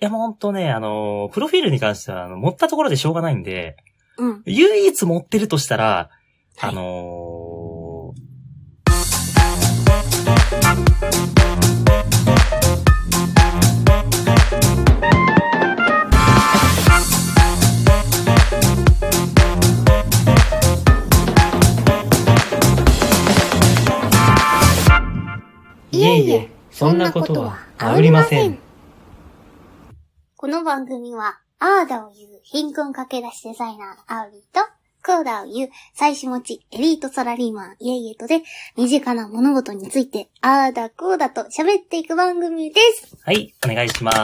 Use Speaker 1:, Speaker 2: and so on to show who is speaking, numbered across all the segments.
Speaker 1: や、もうほんとね、あの、プロフィールに関しては、あの、持ったところでしょうがないんで、
Speaker 2: うん。
Speaker 1: 唯一持ってるとしたら、
Speaker 2: はい
Speaker 1: あの
Speaker 3: いえいえ、そんなことはありません。。
Speaker 4: この番組は、アーダを言う貧困駆け出しデザイナーのアウリーと、クーダを言う妻子持ちエリートサラリーマンイエイエとで、身近な物事について、アーダクーダと喋っていく番組です。
Speaker 1: はい、お願いしま
Speaker 4: お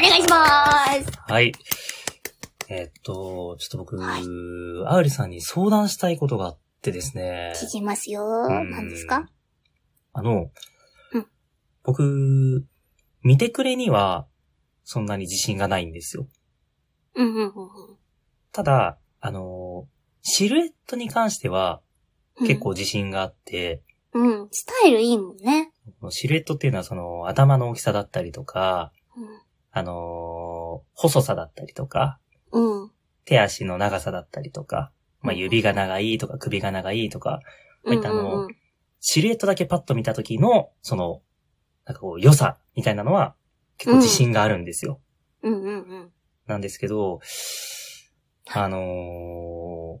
Speaker 4: 願いします。
Speaker 1: す。はい。えっと、ちょっと僕、
Speaker 4: はい
Speaker 1: あうりさんに相談したいことがあってですね。
Speaker 4: 聞きますよ。
Speaker 1: うん
Speaker 4: 何ですか
Speaker 1: あの、
Speaker 4: うん
Speaker 1: 僕、見てくれには、そんなに自信がないんですよ。
Speaker 4: うんうんうんうん。
Speaker 1: ただ、あの、シルエットに関しては、
Speaker 4: うん
Speaker 1: 結構。自信があって、
Speaker 4: うん。スタイルいいもんね。
Speaker 1: このシルエットっていうのはその、頭の大きさだったりとか、
Speaker 4: うん
Speaker 1: あのー細さだったりとか、
Speaker 4: うん。
Speaker 1: 手足の長さだったりとか、まあ、指が長いとか首が長いとか、こういったあの
Speaker 4: うんうんうん
Speaker 1: シルエットだけパッと見た時の、その、なんかこう、良さみたいなのは、結構自信があるんですよ。
Speaker 4: うんうんうん。
Speaker 1: なんですけど、あのー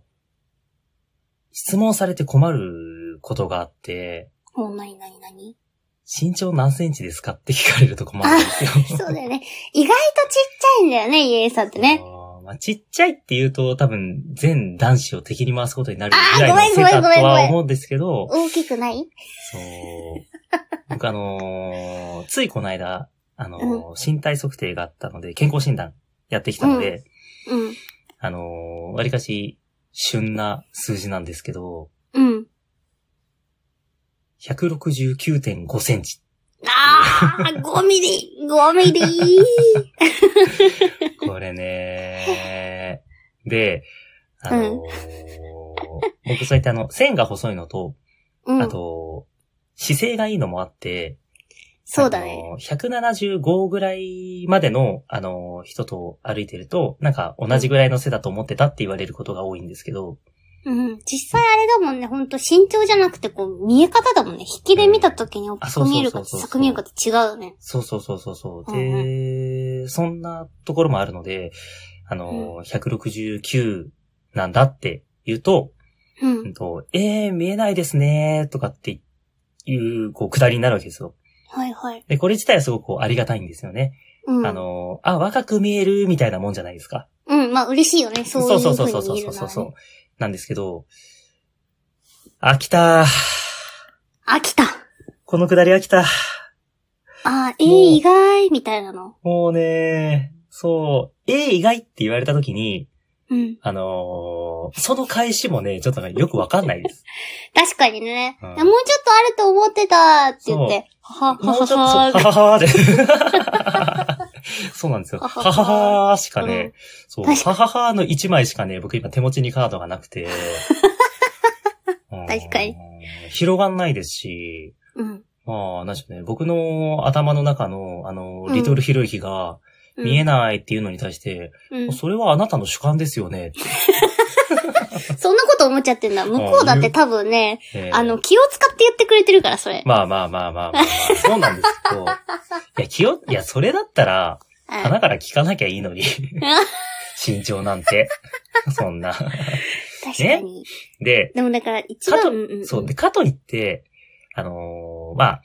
Speaker 1: 質問されて困ることがあって、
Speaker 4: ほう、なになになに
Speaker 1: 身長何センチですかって聞かれると困るんですよ。
Speaker 4: そうだよね。意外とちっちゃいんだよね、イエイさんってね。
Speaker 1: あー。 まあ、ちっちゃいって言うと多分全男子を敵に回すことになるぐら
Speaker 4: あー
Speaker 1: いの
Speaker 4: ご
Speaker 1: セ
Speaker 4: め
Speaker 1: カ
Speaker 4: んごめんごめん
Speaker 1: と
Speaker 4: ごめん
Speaker 1: は思うんですけど、
Speaker 4: 大きくない
Speaker 1: そう。僕あのーついこの間、あのー身体測定があったので、健康診断やってきたので、
Speaker 4: うん。
Speaker 1: あのーわりかし、旬な数字なんですけど、
Speaker 4: うん。
Speaker 1: 169.5センチ。
Speaker 4: あ ー、5ミリ !5 ミリ
Speaker 1: これねー。で、あのー
Speaker 4: うん
Speaker 1: 僕そうやってあの、線が細いのと、
Speaker 4: うん
Speaker 1: あ。と、姿勢がいいのもあって、
Speaker 4: そうだね。
Speaker 1: あのー。175ぐらいまでの、あのー、人と歩いてると、なんか同じぐらいの背だと思ってたって言われることが多いんですけど、
Speaker 4: うん。実際あれだもんね、ほんと身長じゃなくて、こう、見え方だもんね。引きで見た時に大
Speaker 1: あ
Speaker 4: き
Speaker 1: そう
Speaker 4: く
Speaker 1: そう
Speaker 4: 見え
Speaker 1: そう
Speaker 4: る
Speaker 1: そ
Speaker 4: か
Speaker 1: う
Speaker 4: 小さく見えるかと違うよね。
Speaker 1: そうそうそうそうそう。で、そんなところもあるので、あのー、169なんだって言うと、
Speaker 4: う
Speaker 1: うん
Speaker 4: ん。
Speaker 1: と、えー、見えないですねーとかっていう、こう、くだりになるわけですよ。
Speaker 4: はいはい。
Speaker 1: で、これ自体はすごくこうありがたいんですよね。
Speaker 4: うん。
Speaker 1: あ、のー、あ、若く見えるみたいなもんじゃないですか。
Speaker 4: うん。まあ、嬉しいよね。そういう風に見えるならね。
Speaker 1: う。なんですけど、飽きたー。
Speaker 4: 飽きた。
Speaker 1: このくだり飽きた。
Speaker 4: あー、えー
Speaker 1: もう、
Speaker 4: 意外みたいなの。
Speaker 1: もうねー、そう、えー、意外って言われたときに、
Speaker 4: うん。
Speaker 1: あのー、その返しもね、ちょっとなんかよくわかんないです。
Speaker 4: 確かにね。
Speaker 1: うん
Speaker 4: いやもうちょっとあると思ってたって言っ
Speaker 1: そう
Speaker 4: て、はは
Speaker 1: もう
Speaker 4: は
Speaker 1: ちょっと、
Speaker 4: は
Speaker 1: は
Speaker 4: は。
Speaker 1: ははーで。そうなんですよ。 は
Speaker 4: はは
Speaker 1: は
Speaker 4: は
Speaker 1: はーしかね、そう、
Speaker 4: 確か
Speaker 1: はははーの1枚しかね、僕今手持ちにカードがなくて。
Speaker 4: 確かに
Speaker 1: うん。広がんないですし、
Speaker 4: うん。
Speaker 1: まあ、なんでしょうね。僕の頭の中の、あの
Speaker 4: う、ん
Speaker 1: リトルヒロユキが、見え
Speaker 4: な
Speaker 1: ないっていうのに対して、
Speaker 4: い
Speaker 1: それはあなたの主観ですよね。
Speaker 4: そんなこと思っちゃってんだ。向こうだって多分ね、
Speaker 1: えー
Speaker 4: あの、、気を使って言ってくれてるから、それ。
Speaker 1: まあまあまあまあまあ、まあ、そうなんですけ ど、いや、気を、いや、それだったら、
Speaker 4: うん
Speaker 1: 花から聞かなきゃいいのに。 身長なんて。そんな。
Speaker 4: 確かに。
Speaker 1: で、
Speaker 4: でもだから、一番
Speaker 1: かと、
Speaker 4: うんうん
Speaker 1: そう。で、かといって、あのーまあ、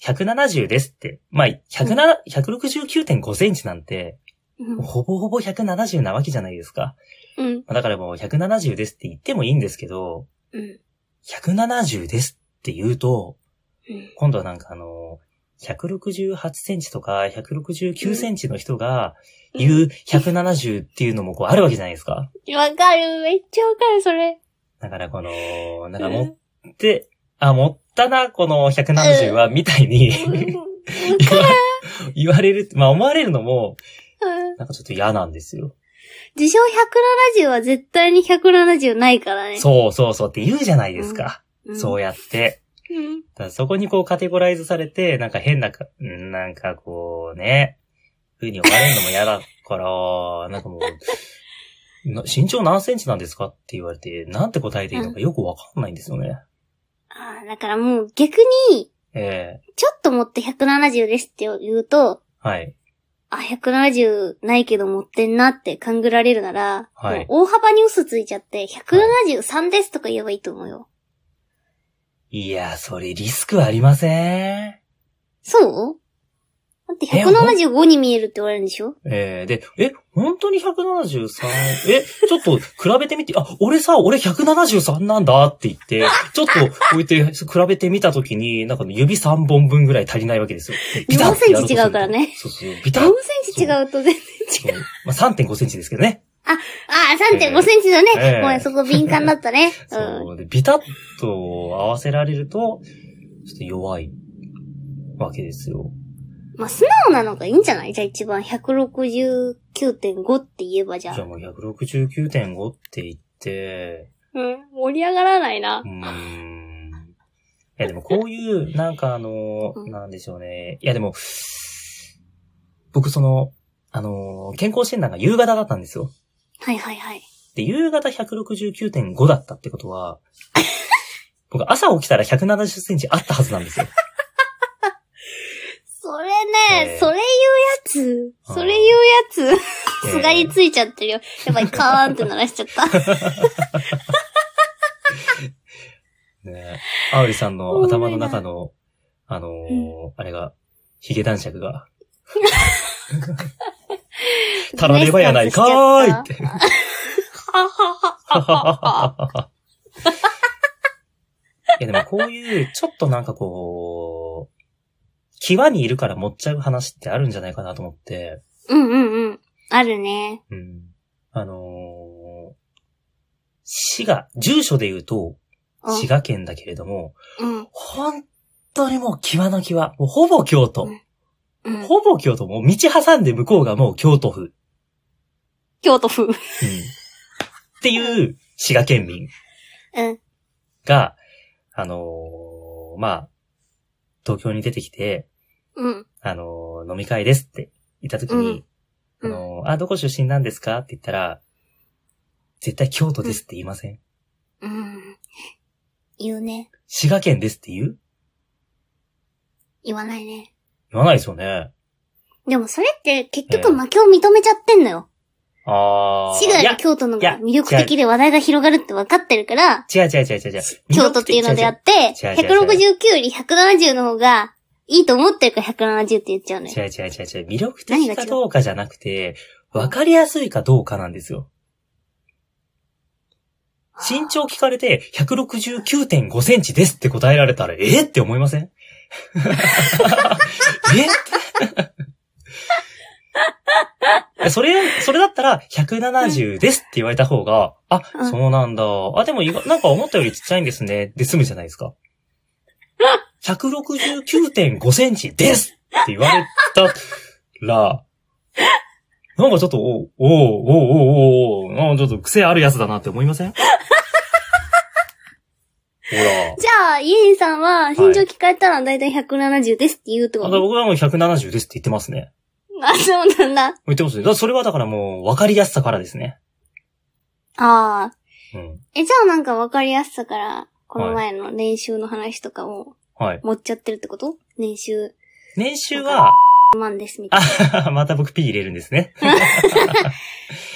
Speaker 1: 170ですって。まあ、107 169.5センチなんて、
Speaker 4: うん
Speaker 1: ほぼほぼ170なわけじゃないですか。
Speaker 4: うん。
Speaker 1: まあだからもう170ですって言ってもいいんですけど、
Speaker 4: うん。
Speaker 1: 170ですって言うと、
Speaker 4: うん
Speaker 1: 今度はなんかあのー、168センチとか169センチの人が言う170っていうのもこうあるわけじゃないですか。
Speaker 4: わかる。めっちゃわかる、それ。
Speaker 1: だからこの、なんか持って、あ、持ったな、この170は、みたい に 言われる、まあ思われるのも、
Speaker 4: うん
Speaker 1: なんかちょっと嫌なんですよ。
Speaker 4: 自称170は絶対に170ないからね。
Speaker 1: そうそうそうって言うじゃないですか。
Speaker 4: うん
Speaker 1: そうやって。
Speaker 4: うん。
Speaker 1: だからそこにこうカテゴライズされて、なんか変なか、うんなんかこうね、風に思われるのも嫌だから、なんかもう、な身長何センチなんですかって言われて、なんて答えていいのかよくわかんないんですよね。
Speaker 4: ああ、だからもう逆に、
Speaker 1: ええ
Speaker 4: ちょっと持って170ですって言うと、
Speaker 1: はい。
Speaker 4: あ、170ないけど持ってんなって勘ぐられるなら、
Speaker 1: はい
Speaker 4: もう大幅に嘘ついちゃって、173ですとか言えばいいと思うよ。
Speaker 1: いや、それリスクありません。
Speaker 4: そうだって175に見えるって言われるんでしょ
Speaker 1: ええで、え、本当に 173? え、ちょっと比べてみて、あ、俺さ、俺173なんだって言って、ちょっとこうやって比べてみたときに、なんか指3本分ぐらい足りないわけですよ。
Speaker 4: 4セ
Speaker 1: や
Speaker 4: ンチ
Speaker 1: ろとすると
Speaker 4: 違うからね
Speaker 1: そうそう、ビタ
Speaker 4: 4
Speaker 1: ッ。
Speaker 4: センチ違うと全然違う。
Speaker 1: そうまあ、3.5センチですけどね。
Speaker 4: ああ、3.5センチだね。
Speaker 1: ええ
Speaker 4: ごめん、そこ敏感だったね。うん。
Speaker 1: そう。で、ビタッと合わせられると、ちょっと弱いわけですよ。
Speaker 4: まあ、素直なのがいいんじゃないじゃあ一番169.5って言えばじ
Speaker 1: じ
Speaker 4: ゃ
Speaker 1: ゃあ
Speaker 4: あ。
Speaker 1: もう169.5って言って、
Speaker 4: うん、盛り上がらないな
Speaker 1: う。ーん。いやでもこういう、なんかあの、
Speaker 4: うん
Speaker 1: なんでしょうね。いやでも、僕その、あの、健康診断が夕方だったんですよ。
Speaker 4: はいはいはい。
Speaker 1: で、夕方169.5だったってこと は、僕朝起きたら170センチあったはずなんですよ。
Speaker 4: それね、
Speaker 1: ええ
Speaker 4: それ言うや
Speaker 1: あ
Speaker 4: つ。
Speaker 1: ー
Speaker 4: それ言うやつ。
Speaker 1: ええ
Speaker 4: すがりついちゃってるよ。やばい、カーンって鳴らしちゃった。
Speaker 1: ねえ。あおりさんの頭の中の、あのー
Speaker 4: う
Speaker 1: あれが、ヒゲ男爵 が。 たらればやないかーいって。
Speaker 4: ははは はは。
Speaker 1: いやでもこういう、ちょっとなんかこう、際にいるから持っちゃう話ってあるんじゃないかなと思って、
Speaker 4: うんうんうん。あるね。
Speaker 1: うん。あのー滋賀、住所で言うと、
Speaker 4: うん
Speaker 1: 滋賀県だけれども、
Speaker 4: うん。
Speaker 1: 本当にもう際の際、もうほぼ京都。
Speaker 4: うん。
Speaker 1: ほぼ京都、もう道挟んで向こうがもう京都府。うん。っ
Speaker 4: 京都風。
Speaker 1: ていう滋賀県民
Speaker 4: うん。
Speaker 1: が、あのーまあ、東京に出てきて、
Speaker 4: うん。
Speaker 1: あの、飲み会ですって言った時に、
Speaker 4: うん
Speaker 1: あの、あ、どこ出身なんですかって言ったら、絶対京都ですって言いません、
Speaker 4: うん。言うね。
Speaker 1: 滋賀県ですって言う
Speaker 4: 言わないね。
Speaker 1: 言わないですよね。
Speaker 4: でもそれって結局負けを認めちゃってんのよ。
Speaker 1: あー。
Speaker 4: 滋賀
Speaker 1: いや
Speaker 4: や京都の方が魅力的で話題が広がるって分かってるから、
Speaker 1: 違う違う違う違う違う。
Speaker 4: 京都っていうのであ
Speaker 1: て。
Speaker 4: って、
Speaker 1: 違う違う違
Speaker 4: 169より170の方がいいと思ってるから170って言っちゃうのよ。
Speaker 1: 違う違う違う違う。魅力
Speaker 4: 何が違
Speaker 1: 的
Speaker 4: う
Speaker 1: かどうかじゃなくて、わかりやすいかどうかなんですよ。身長聞かれて169.5センチですって答えられたら、えーって思いません えそれ、それだったら170ですって言われた方が、あ
Speaker 4: う、ん
Speaker 1: そうなんだ。あ、でも意外、なんか思ったよりちっちゃいんですね。で済むじゃないですか。169.5センチですって言われたら、なんかちょっと、お、お、お、お、お、お、なんかちょっと癖あるやつだなって思いませんほら。
Speaker 4: じゃあ、イエイさんは身長聞かれたら大体170ですって言うってこ
Speaker 1: あだ
Speaker 4: と、
Speaker 1: 僕はもう170ですって言ってますね。
Speaker 4: あ、そうなんだ。
Speaker 1: 言ってますね。だそれはだからもう分かりやすさからですね。
Speaker 4: ああ。
Speaker 1: うん。
Speaker 4: え、じゃあなんか分かりやすさから、この前の練習の話とかを
Speaker 1: はい。
Speaker 4: 持っちゃってるってこと年収
Speaker 1: 年収は、
Speaker 4: 万ですみたい
Speaker 1: あまた僕 P 入れるんですね。
Speaker 4: な。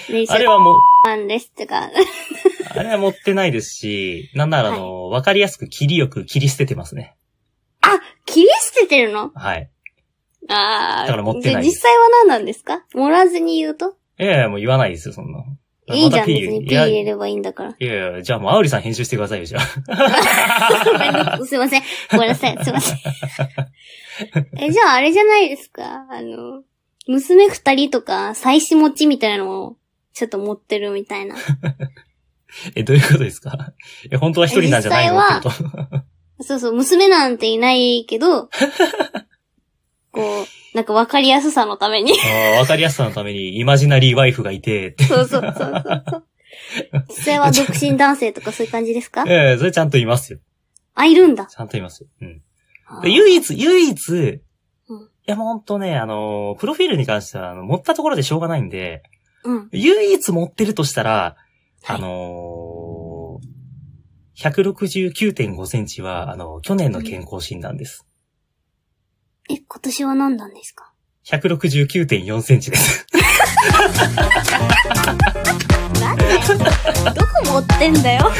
Speaker 4: 年
Speaker 1: あ
Speaker 4: 収
Speaker 1: れはもう、
Speaker 4: 万ですとか。
Speaker 1: あれは持ってないですし、なんならあの、分かりやすく切りよく切り捨ててますね。
Speaker 4: 切り捨ててるの
Speaker 1: はい。
Speaker 4: ああ。
Speaker 1: だから持ってない
Speaker 4: じゃあ実際は何なんですか盛らずに言うと
Speaker 1: いやいや、もう言わないですよ、そんな。
Speaker 4: いいじゃん、
Speaker 1: また
Speaker 4: 別
Speaker 1: P 入れ
Speaker 4: に
Speaker 1: る
Speaker 4: P 入れればいいんだから。
Speaker 1: いやいやいや、じゃあもうアウリさん編集してくださいよ、じゃあ。
Speaker 4: すいません。ごめんなさい。すいません。え、じゃああれじゃないですかあの、娘二人とか、妻子持ちみたいなのを、ちょっと持ってるみたいな。
Speaker 1: え、どういうことですか え、本当は一人なんじゃないの
Speaker 4: 実際は
Speaker 1: ってこと。
Speaker 4: そうそう、娘なんていないけど、こう、なんか分かりやすさのために。
Speaker 1: ああ、わかりやすさのために、イマジナリーワイフがいて、って
Speaker 4: そうそうそうそうそう。実際は独身男性とかそういう感じですか
Speaker 1: ええそれちゃんといますよ。
Speaker 4: あ、いるんだ。
Speaker 1: ちゃんといますよ。うん。
Speaker 4: あ
Speaker 1: で唯一、唯一、
Speaker 4: うん
Speaker 1: や、もうほんとね、あの、プロフィールに関しては、あの、持ったところでしょうがないんで、
Speaker 4: うん。
Speaker 1: 唯一持ってるとしたら、
Speaker 4: はい
Speaker 1: あのー、169.5センチは、あの、去年の健康診断です。
Speaker 4: え、今年は何なんですか
Speaker 1: 169.4センチです。
Speaker 4: なんだよ。どこ持ってんだよ。